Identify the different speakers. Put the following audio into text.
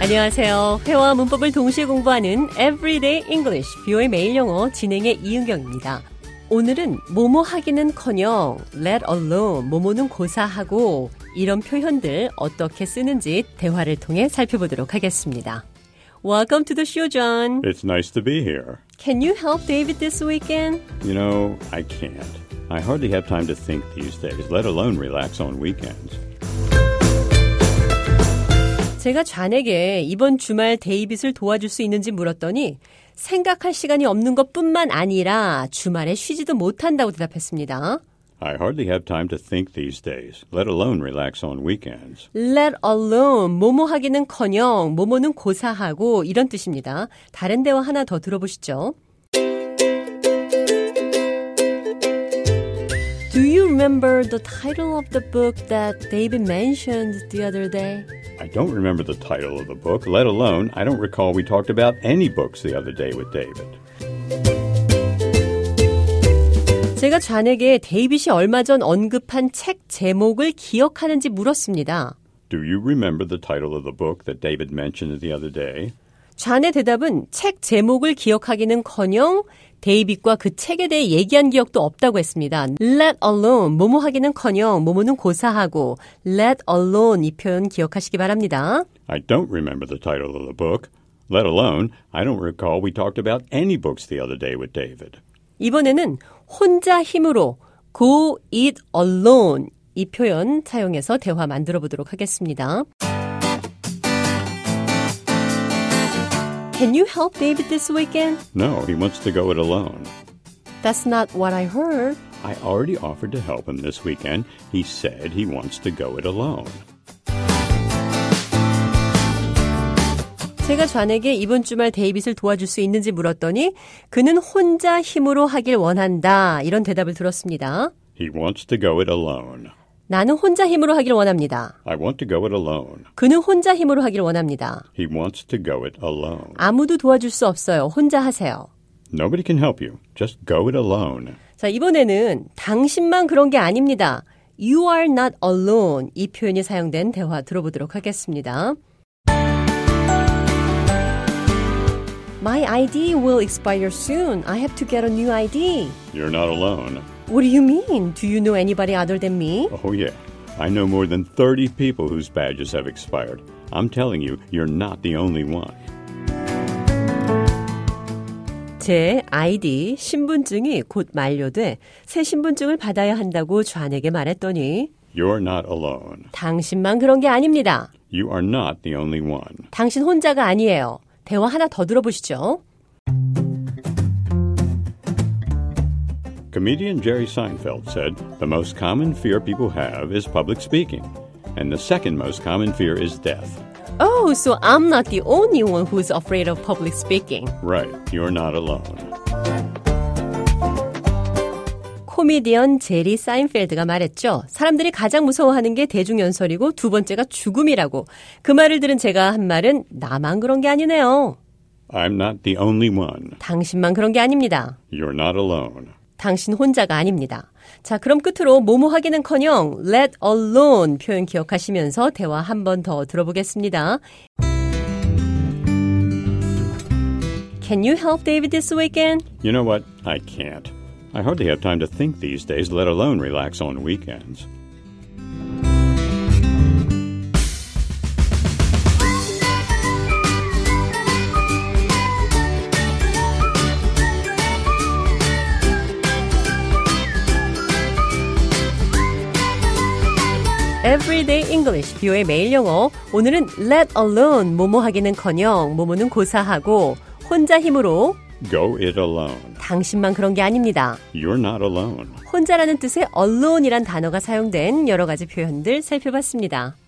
Speaker 1: 안녕하세요. 회화 문법을 동시에 공부하는 Everyday English, 뷰의 매일 영어 진행의 이은경입니다. 오늘은 뭐뭐 하기는커녕 let alone 뭐뭐는 고사하고 이런 표현들 어떻게 쓰는지 대화를 통해 살펴보도록 하겠습니다. Welcome to the show, John.
Speaker 2: It's nice to be here.
Speaker 1: Can you help David this weekend?
Speaker 2: You know, I can't. I hardly have time to think these days, let alone relax on weekends.
Speaker 1: 제가 좌에게 이번 주말 데이빗을 도와줄 수 있는지 물었더니 생각할 시간이 없는 것뿐만 아니라 주말에 쉬지도 못한다고 대답했습니다.
Speaker 2: I hardly have time to think these days, let alone relax on weekends.
Speaker 1: Let alone 뭐뭐 하기는커녕 뭐뭐는 고사하고 이런 뜻입니다. 다른 대화 하나 더 들어보시죠. Do you remember the title of the book that David mentioned the other day?
Speaker 2: I don't remember the title of the book, let alone I don't recall we talked about any books the other day with David.
Speaker 1: 제가 좌에게 데이빗이 얼마 전 언급한 책 제목을 기억하는지 물었습니다.
Speaker 2: Do you remember the title of the book that David mentioned the other day?
Speaker 1: 좌의 대답은 책 제목을 기억하기는커녕 데이빗과 그 책에 대해 얘기한 기억도 없다고 했습니다. Let alone 뭐뭐 하기는커녕 뭐뭐는 고사하고 let alone 이 표현 기억하시기 바랍니다.
Speaker 2: I don't remember the title of the book, let alone I don't recall we talked about any books the other day with David.
Speaker 1: 이번에는 혼자 힘으로 go it alone 이 표현 사용해서 대화 만들어 보도록 하겠습니다. Can you help David this weekend?
Speaker 2: No, he wants to go it alone.
Speaker 1: That's not what I heard.
Speaker 2: I already offered to help him this weekend. He said he wants to go it alone.
Speaker 1: 제가 좌에게 이번 주말 데이빗을 도와줄 수 있는지 물었더니 그는 혼자 힘으로 하길 원한다. 이런 대답을 들었습니다.
Speaker 2: He wants to go it alone.
Speaker 1: 나는 혼자 힘으로 하길 원합니다.
Speaker 2: I want to go it alone.
Speaker 1: 그는 혼자 힘으로 하길 원합니다.
Speaker 2: He wants to go it alone.
Speaker 1: 아무도 도와줄 수 없어요. 혼자 하세요.
Speaker 2: Nobody can help you. Just go it alone.
Speaker 1: 자, 이번에는 당신만 그런 게 아닙니다. You are not alone. 이 표현이 사용된 대화 들어보도록 하겠습니다. My ID will expire soon. I have to get a new ID.
Speaker 2: You're not alone.
Speaker 1: What do you mean? Do you know anybody other than me?
Speaker 2: Oh, yeah. I know more than 30 people whose badges have expired. I'm telling you, you're not the only one.
Speaker 1: 제 ID 신분증이 곧 만료돼 새 신분증을 받아야 한다고 좌에게 말했더니
Speaker 2: You're not alone.
Speaker 1: 당신만 그런 게 아닙니다.
Speaker 2: You are not the only one.
Speaker 1: 당신 혼자가 아니에요. 대화 하나 더 들어보시죠.
Speaker 2: Comedian Jerry Seinfeld said the most common fear people have is public speaking, and the second most common fear is death.
Speaker 1: Oh, so I'm not the only one who's afraid of public speaking.
Speaker 2: Right, you're not alone.
Speaker 1: 코미디언 제리 사인펠드가 말했죠. 사람들이 가장 무서워하는 게 대중연설이고 두 번째가 죽음이라고. 그 말을 들은 제가 한 말은 나만 그런 게 아니네요.
Speaker 2: I'm not the only one.
Speaker 1: 당신만 그런 게 아닙니다.
Speaker 2: You're not alone.
Speaker 1: 당신 혼자가 아닙니다. 자, 그럼 끝으로 뭐뭐 하기는커녕 let alone 표현 기억하시면서 대화 한 번 더 들어보겠습니다. Can you help David this weekend?
Speaker 2: You know what? I can't. I hardly have time to think these days, let alone relax on weekends.
Speaker 1: Everyday English, 뷰의 매일 영어. 오늘은 let alone, 뭐뭐 하기는커녕, 뭐뭐는 고사하고, 혼자 힘으로
Speaker 2: Go it alone.
Speaker 1: 당신만 그런 게 아닙니다.
Speaker 2: You're not alone.
Speaker 1: 혼자라는 뜻의 alone이란 단어가 사용된 여러 가지 표현들 살펴봤습니다.